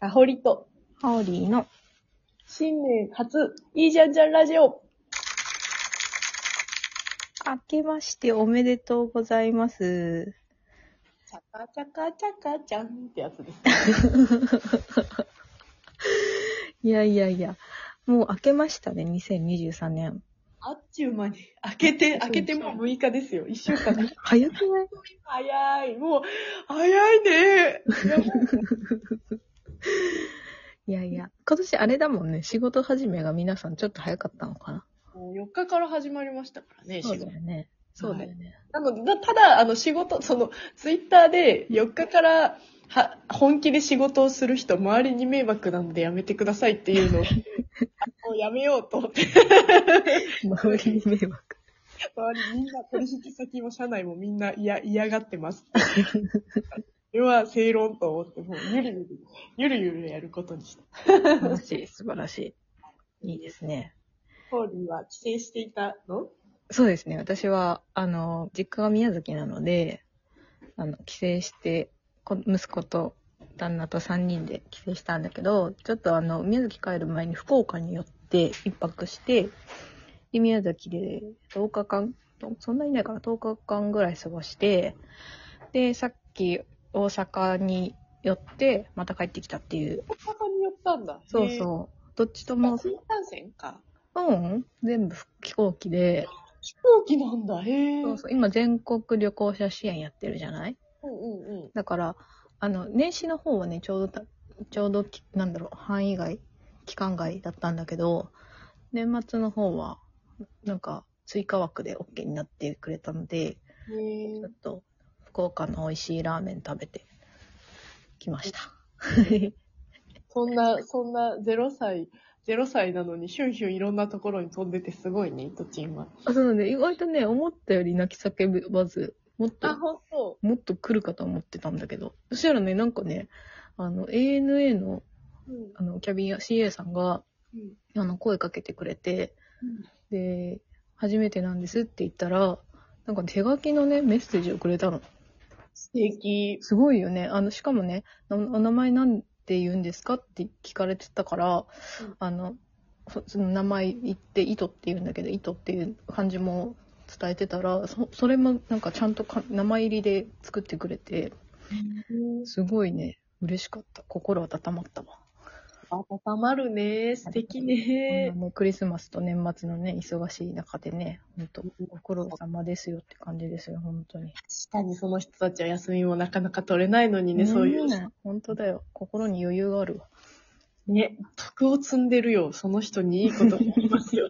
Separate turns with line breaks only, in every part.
かほりと、
ハオリーの。
新年初、いいじゃんじゃんラジオ。
明けましておめでとうございます。
チャカチャカチャカチャンってやつです。
いやいやいや、もう明けましたね、2023年。
あっちゅう間に、開けて、開けてもう6日ですよ。1週間です。
早くない
早い。もう、早いね。やばい
いやいや、今年あれだもんね、仕事始めが皆さんちょっと早かったのかな。
もう4日から始まりましたからね、仕事。
よね。そうだよね。
なので、だただ、あの、仕事、その、ツイッターで4日から、は、本気で仕事をする人、周りに迷惑なのでやめてくださいっていう のを、あもうやめようと思って、
周りに迷惑。
周りみんな、取引先も社内もみんな嫌、嫌がってます。 それは正論と思って、もうゆるゆる、ゆるゆるやることにした。
素晴らしい、素晴らしい。いいですね。
ホーリーは帰省していたの
そうですね。私は、あの、実家が宮崎なので、あの、帰省して、こ息子と旦那と3人で帰省したんだけど、ちょっとあの、宮崎帰る前に福岡に寄って一泊して、で、宮崎で10日間、とそんなにいないから10日間ぐらい過ごして、で、さっき大阪に寄って、また帰ってきたっていう。
大阪に寄ったんだ。
そう
う。
そう。どっちと
まあ、
も、
新幹線か。
うん全部飛行機で、
飛行機なんだ。へえ。
そうそう、今全国旅行者支援やってるじゃない
うんうんうん。
だから、あの、年始の方はね、ちょうどた、ちょうどき、なんだろう、範囲外、期間外だったんだけど、年末の方は、なんか、追加枠で OK になってくれたので、
へえ
ちょっと、福岡の美味しいラーメン食べて、きました。
そんな、そんな0歳、0歳なのにヒュンヒュンいろんなところに飛んでてすごいね、トチンは。
あ、 そうだね、意外とね、思ったより泣き叫ばず、もっと、
ほんと。
もっと来るかと思ってたんだけど、そしたらね、なんかね、あの、ANA の、
うん。
あの、キャビン CA さんが、
うん。
あの、声かけてくれて、で、初めてなんですって言ったら、なんか手書きのね、メッセージをくれたの。
素敵。
すごいよね。あの、しかもね、おお名前なんて言うんですかって聞かれてたから、
うん
あの、そその名前言って、糸って言うんだけど、糸っていう漢字も伝えてたら、そそれもなんかちゃんとか名前入りで作ってくれて、すごいね、嬉しかった。心温まったわ。
温まるね、素敵ね
こん。なねクリスマスと年末のね、忙しい中でね、本当ご苦労様ですよって感じですよ、本当に。
確かにその人たちは休みもなかなか取れないのにね、そういう。
ね。本当だよ。心に余裕があるわ。
ね、徳を積んでるよ。その人にいいことがありますよ。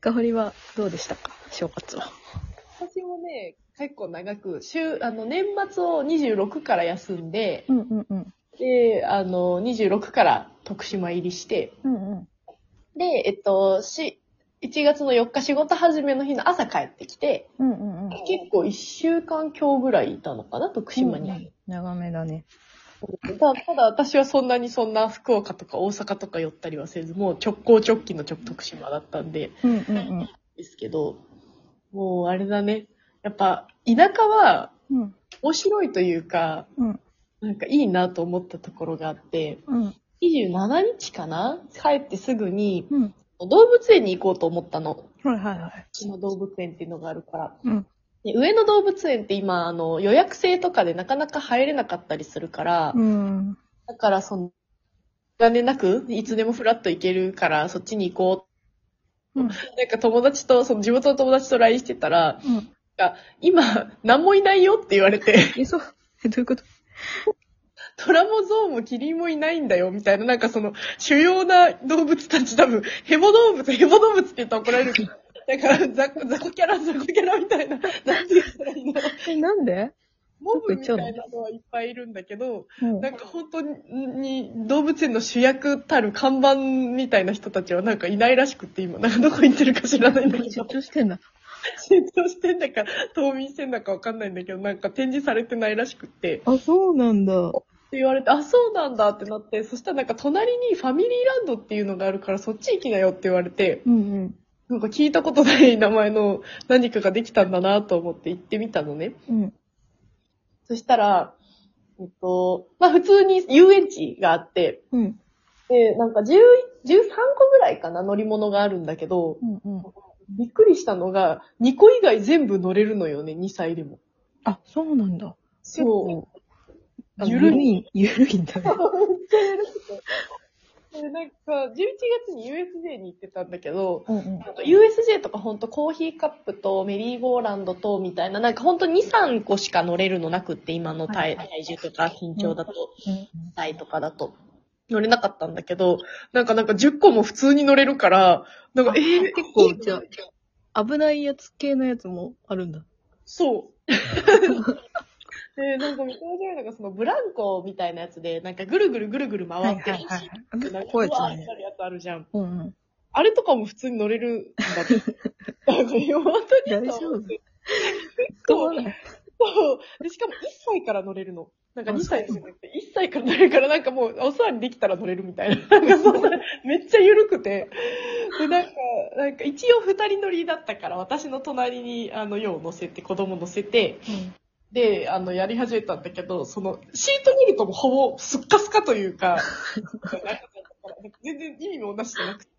かほりはどうでしたか正月は。
私もね、結構長く、週、あの、年末を26から休んで、
うんうんうん。
で、あの、26から徳島入りして、
うんうん。
で、えっと、し、1月の4日仕事始めの日の朝帰ってきて、
うんうんうん。
結構1週間今日ぐらいいたのかな、徳島に。
長めだね。
ただ、ただ私はそんなにそんな福岡とか大阪とか寄ったりはせず、もう直行直帰の直徳島だったんで、
うんうんうん。
ですけど、もうあれだね。やっぱ、田舎は
うん
面白いというか、
うん
なんかいいなと思ったところがあって、
うん
27日かな帰ってすぐに、
うん。
動物園に行こうと思ったの。
はいはいはい。
うちの動物園っていうのがあるから。
うん
で上野動物園って今、あの、予約制とかでなかなか入れなかったりするから、
うん。
だからその、残念なく、いつでもフラッと行けるから、そっちに行こ
うん
う。なんか友達と、その地元の友達と LINE してたら、
うん。
今、何もいないよって言われて、
え、そう。え、どういうこと
トラもゾウもキリンもいないんだよ、みたいな、なんかその、主要な動物たち多分、ヘボ動物、ヘボ動物って言ったら怒られるけど。だから、ザコ、ザコキャラ、ザコキャラみたいな、なんて言ったらいいんだろう。
え、なんで
モブみたいなのはいっぱいいるんだけど、
うん
なんか本当に動物園の主役たる看板みたいな人たちはなんかいないらしくって今、なんかどこ行ってるか知らないんだけ
出
ど、
張してんだ。
出張してんだか、冬眠してんだかわかんないんだけど、なんか展示されてないらしくって、って
あ、そうなんだ。
言われて、あ、そうなんだってなって、そしたらなんか隣にファミリーランドっていうのがあるからそっち行きなよって言われて、
うんうん。
なんか聞いたことない名前の何かができたんだなと思って行ってみたのね。
うん。
そしたら、えっと、まあ普通に遊園地があって、
うん。
で、なんか10 13個ぐらいかな乗り物があるんだけど、
うんうん。
びっくりしたのが、2個以外全部乗れるのよね、2歳でも。
あ、そうなんだ。
そう
あ
ゆるい
い、ゆるいんだね。
でなんか、11月に USJ に行ってたんだけど、
うんうん。
あと USJ とかほんとコーヒーカップとメリーゴーランドとみたいな、なんかほんと2、3個しか乗れるのなくって、今の体,、
はい
体重とか身長だと、
うん
体とかだと。乗れなかったんだけど、なんかなんか10個も普通に乗れるから、なんか、えー、
結構、じゃあ、危ないやつ系のやつもあるんだ。
そう。で、なんか見た目じゃないのが、そのブランコみたいなやつで、なんかぐるぐるぐるぐる回ってるし、
い
なんか
怖いやつ
うわーって
だね
な。るやつあるじゃん。
うんうん。
あれとかも普通に乗れるんだ って。なんか本当
大
に
丈
そう
夫
結構、そう。で、しかも1歳から乗れるの。なんか2歳じゃなくて、1歳から乗れるから、なんかもう、お世話にできたら乗れるみたいな。なんかそんな、めっちゃ緩くて。で、なんか、なんか一応二人乗りだったから、私の隣に、あの、用を乗せて、子供乗せて、で、あの、やり始めたんだけど、その、シートベルトもほぼすっかすかというか、全然意味もなしてなくて。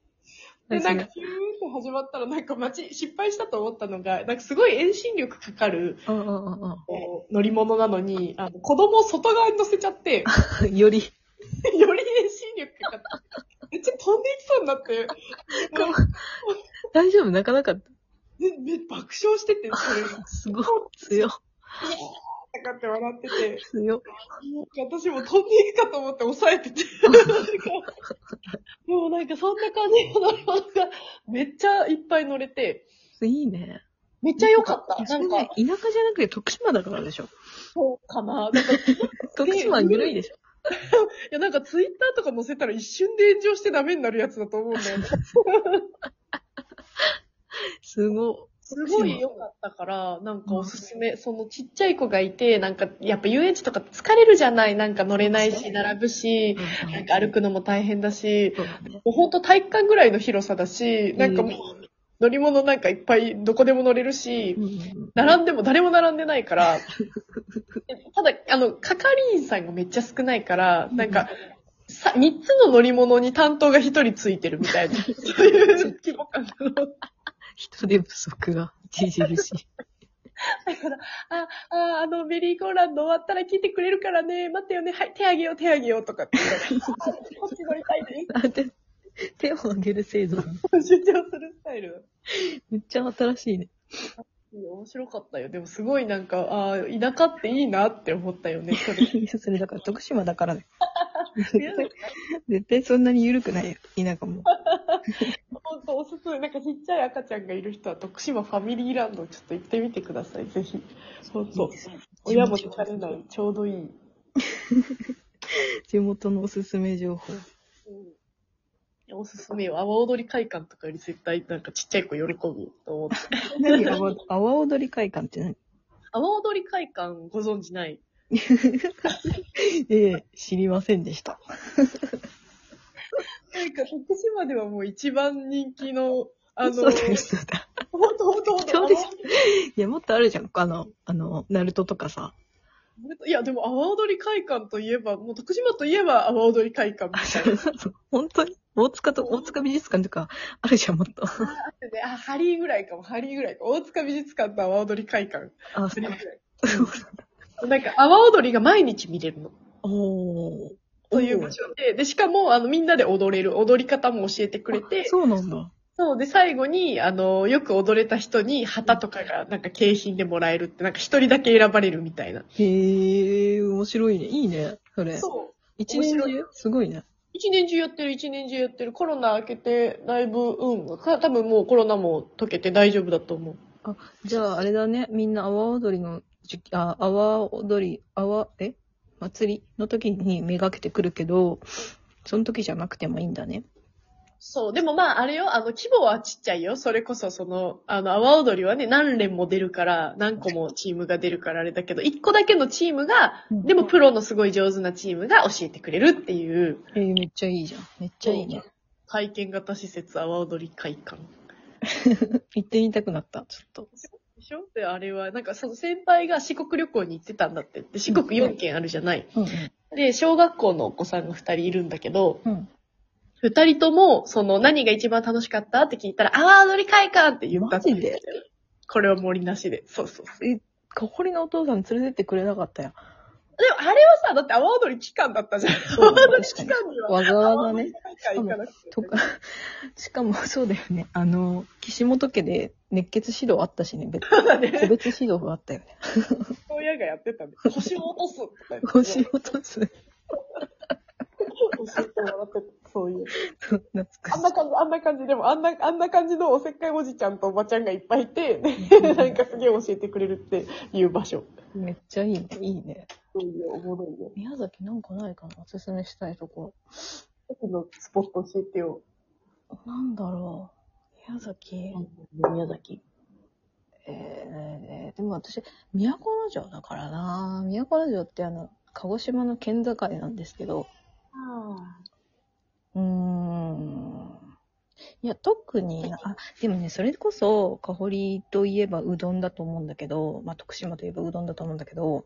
で、なんか、ヒューって始まったら、なんか街、失敗したと思ったのが、なんかすごい遠心力かかる
うんうんうん
こう乗り物なのに、あの、子供を外側に乗せちゃって、
うん。より、
より遠心力かかって、めっちゃ飛んでいきそうになって、も
大丈夫泣かなかった。
うめめ爆笑してて、それが。
すごい。強、
とかって笑ってて。
強。
私も飛んでいいかと思って抑えて て。でもなんかそんな感じの乗り物がめっちゃいっぱい乗れて、
いいね。
めっちゃ良かった。
そ
な
れ
ん
ね
か、
田舎じゃなくて徳島だからでしょ。
そうかな。なんか、い
徳島はゆるいでしょ。
やなんかツイッターとか載せたら一瞬で炎上してダメになるやつだと思うんだよね。
すご
すごい良かったから、なんかおすすめ。そのちっちゃい子がいて、なんかやっぱ遊園地とか疲れるじゃない。なんか乗れないし、並ぶ
い。
し、なんか歩くのも大変だし、
そうだね。
もうほんと体育館ぐらいの広さだし、なんかもう乗り物なんかいっぱいどこでも乗れるし、
うんうん
並んでも誰も並んでないから、ただ、あの、係員さんがめっちゃ少ないから、なんか、さ、三つの乗り物に担当が一人ついてるみたいな、そういう規模感の。
人手不足が著しい。
あ、あ、あの、メリーゴーランド終わったら来てくれるからね、待ってよね、はい、手あげよう、手あげようとかって言って。こっち乗りたいで
あで手を挙げる制 度。
す。主張するスタイル。
めっちゃ新しいね。
いや面白かったよ。でもすごいなんか、ああ、田舎っていいなって思った よね、それ。
それだから徳島だからね。絶対 絶対そんなに緩くないよ。田舎も。
ほんとおすすめ。なんかちっちゃい赤ちゃんがいる人は徳島ファミリーランドちょっと行ってみてください、ぜひ。ほんと。親も疲れない、ちょうどいい。
地元のおすすめ情報。
おすすめよ。阿波踊り会館とかより絶対なんかちっちゃい子喜ぶと思 って。
何阿波阿波踊り会館って 何
阿波踊り会館ご存知ない
ええ、知りませんでした。
なんか徳島ではもう一番人気の、あの、
そうだ、そうだ。
ほんとほんとほん
貴重
と
でしょいや、もっとあるじゃん。あの、あの、ナルトとか さ。
いや、でも阿波踊り会館といえば、もう徳島といえば阿波踊り会館み
あ、
た
そ
いな。
うそうそう。本当に大塚と、大塚美術館とか、あるじゃん、もっと。
であ、ハリーぐらいかも、ハリーぐらいか。大塚美術館と阿波踊り会館。
あ、そ
そうれぐらい。なんか、阿波踊りが毎日見れるの。
おー。
という場所で、で、しかも、あの、みんなで踊れる、踊り方も教えてくれて、
そうなんだ。
そう、で、最後に、あの、よく踊れた人に旗とかが、なんか景品でもらえるって、なんか一人だけ選ばれるみたいな。
へえ、面白いね。いいね、それ。
そう。
一年
面
中すごいね。
一年中やってる、一年中やってる。コロナ明けて、だいぶ、うん、か多分もうコロナも解けて大丈夫だと思う。
じゃあ、あれだね。みんな阿波踊りの時期、あ、阿波踊り、阿波、え祭りの時にめがけてくるけど、その時じゃなくてもいいんだね。
そう。でもまあ、あれよ、あの、規模はちっちゃいよ。それこそ、その、あの、阿波踊りはね、何連も出るから、何個もチームが出るからあれだけど、一個だけのチームが、
うん
でもプロのすごい上手なチームが教えてくれるっていう、
えー、めっちゃいいじゃん。めっちゃいいね。
体験型施設阿波踊り会館。
行ってみたくなった、ちょっと。
でしょで、あれは、なんかその先輩が四国旅行に行ってたんだって。で、四国4県あるじゃない。
うん
で、小学校のお子さんが2人いるんだけど、
うん。
2人とも、その、何が一番楽しかったって聞いたら、あー、乗り換えかって言ったって
マジで
これは森なしで。そうそうそう。
小堀のお父さん連れてってくれなかったやん。
でも、あれはさ、だって阿波踊り期間だったじゃん。阿
う
波踊り期間には。
わざわざね。。
行かなくて。
とか、 しかもそうだよね。あの、岸本家で熱血指導あったしね。別
そうだね
個別指導があったよね。
親がやってたんで、腰を落とすとか言って。
腰を落とす。
腰を落と笑ってた。そういう。
懐か
あ
し
ん
い
な感じ、あんな感じ、でもあんな、あんな感じのおせっかいおじちゃんとおばちゃんがいっぱいいて、 なんかすげえ教えてくれるっていう場所。。
めっちゃいいね。いいね。
そういうおもろいよ。
宮崎なんかないかなおすすめしたいとこ
僕のスポット教えてよ。
ろ。なんだろう。宮崎。
宮崎。
えー、でも私、都城だからな都城ってあの、鹿児島の県境なんですけど、うーん。いや、特に、あ、でもね、それこそ、香りといえばうどんだと思うんだけど、まあ、徳島といえばうどんだと思うんだけど、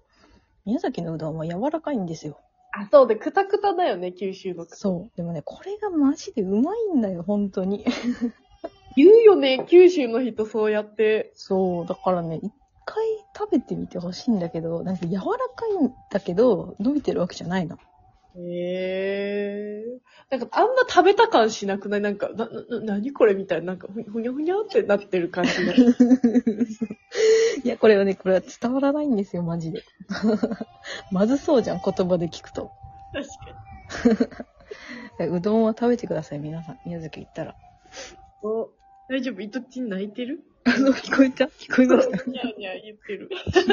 宮崎のうどんは柔らかいんですよ。
あ、そうで、くたくただよね、九州の。
そう。でもね、これがマジでうまいんだよ、本当に。
言うよね、九州の人そうやって。
そう、だからね、一回食べてみてほしいんだけど、なんか柔らかいんだけど、伸びてるわけじゃないの。
へえ。なんか、あんま食べた感しなくないなんか、な、な、なにこれみたいな、なんか、ふふにゃふにゃってなってる感 じが。
いや、これはね、これは伝わらないんですよ、マジで。 まずそうじゃん、言葉で聞くと。
確かに。
うどんは食べてください、皆さん。宮崎行ったら。
お大丈夫イトチン泣いてる
あの、聞こえた聞こえ
にゃ
ま
ー
し
にゃー言ってる。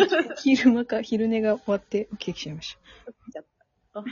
た。昼間か、昼寝が終わって起きてきちゃいました。
やった